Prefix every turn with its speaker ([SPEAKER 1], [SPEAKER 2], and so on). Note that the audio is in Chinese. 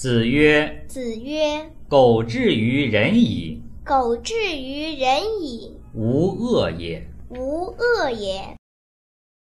[SPEAKER 1] 子曰
[SPEAKER 2] 子曰：“
[SPEAKER 1] 苟至于人矣，：“
[SPEAKER 2] 苟至于人矣，
[SPEAKER 1] 无恶也。”
[SPEAKER 2] 无恶也。”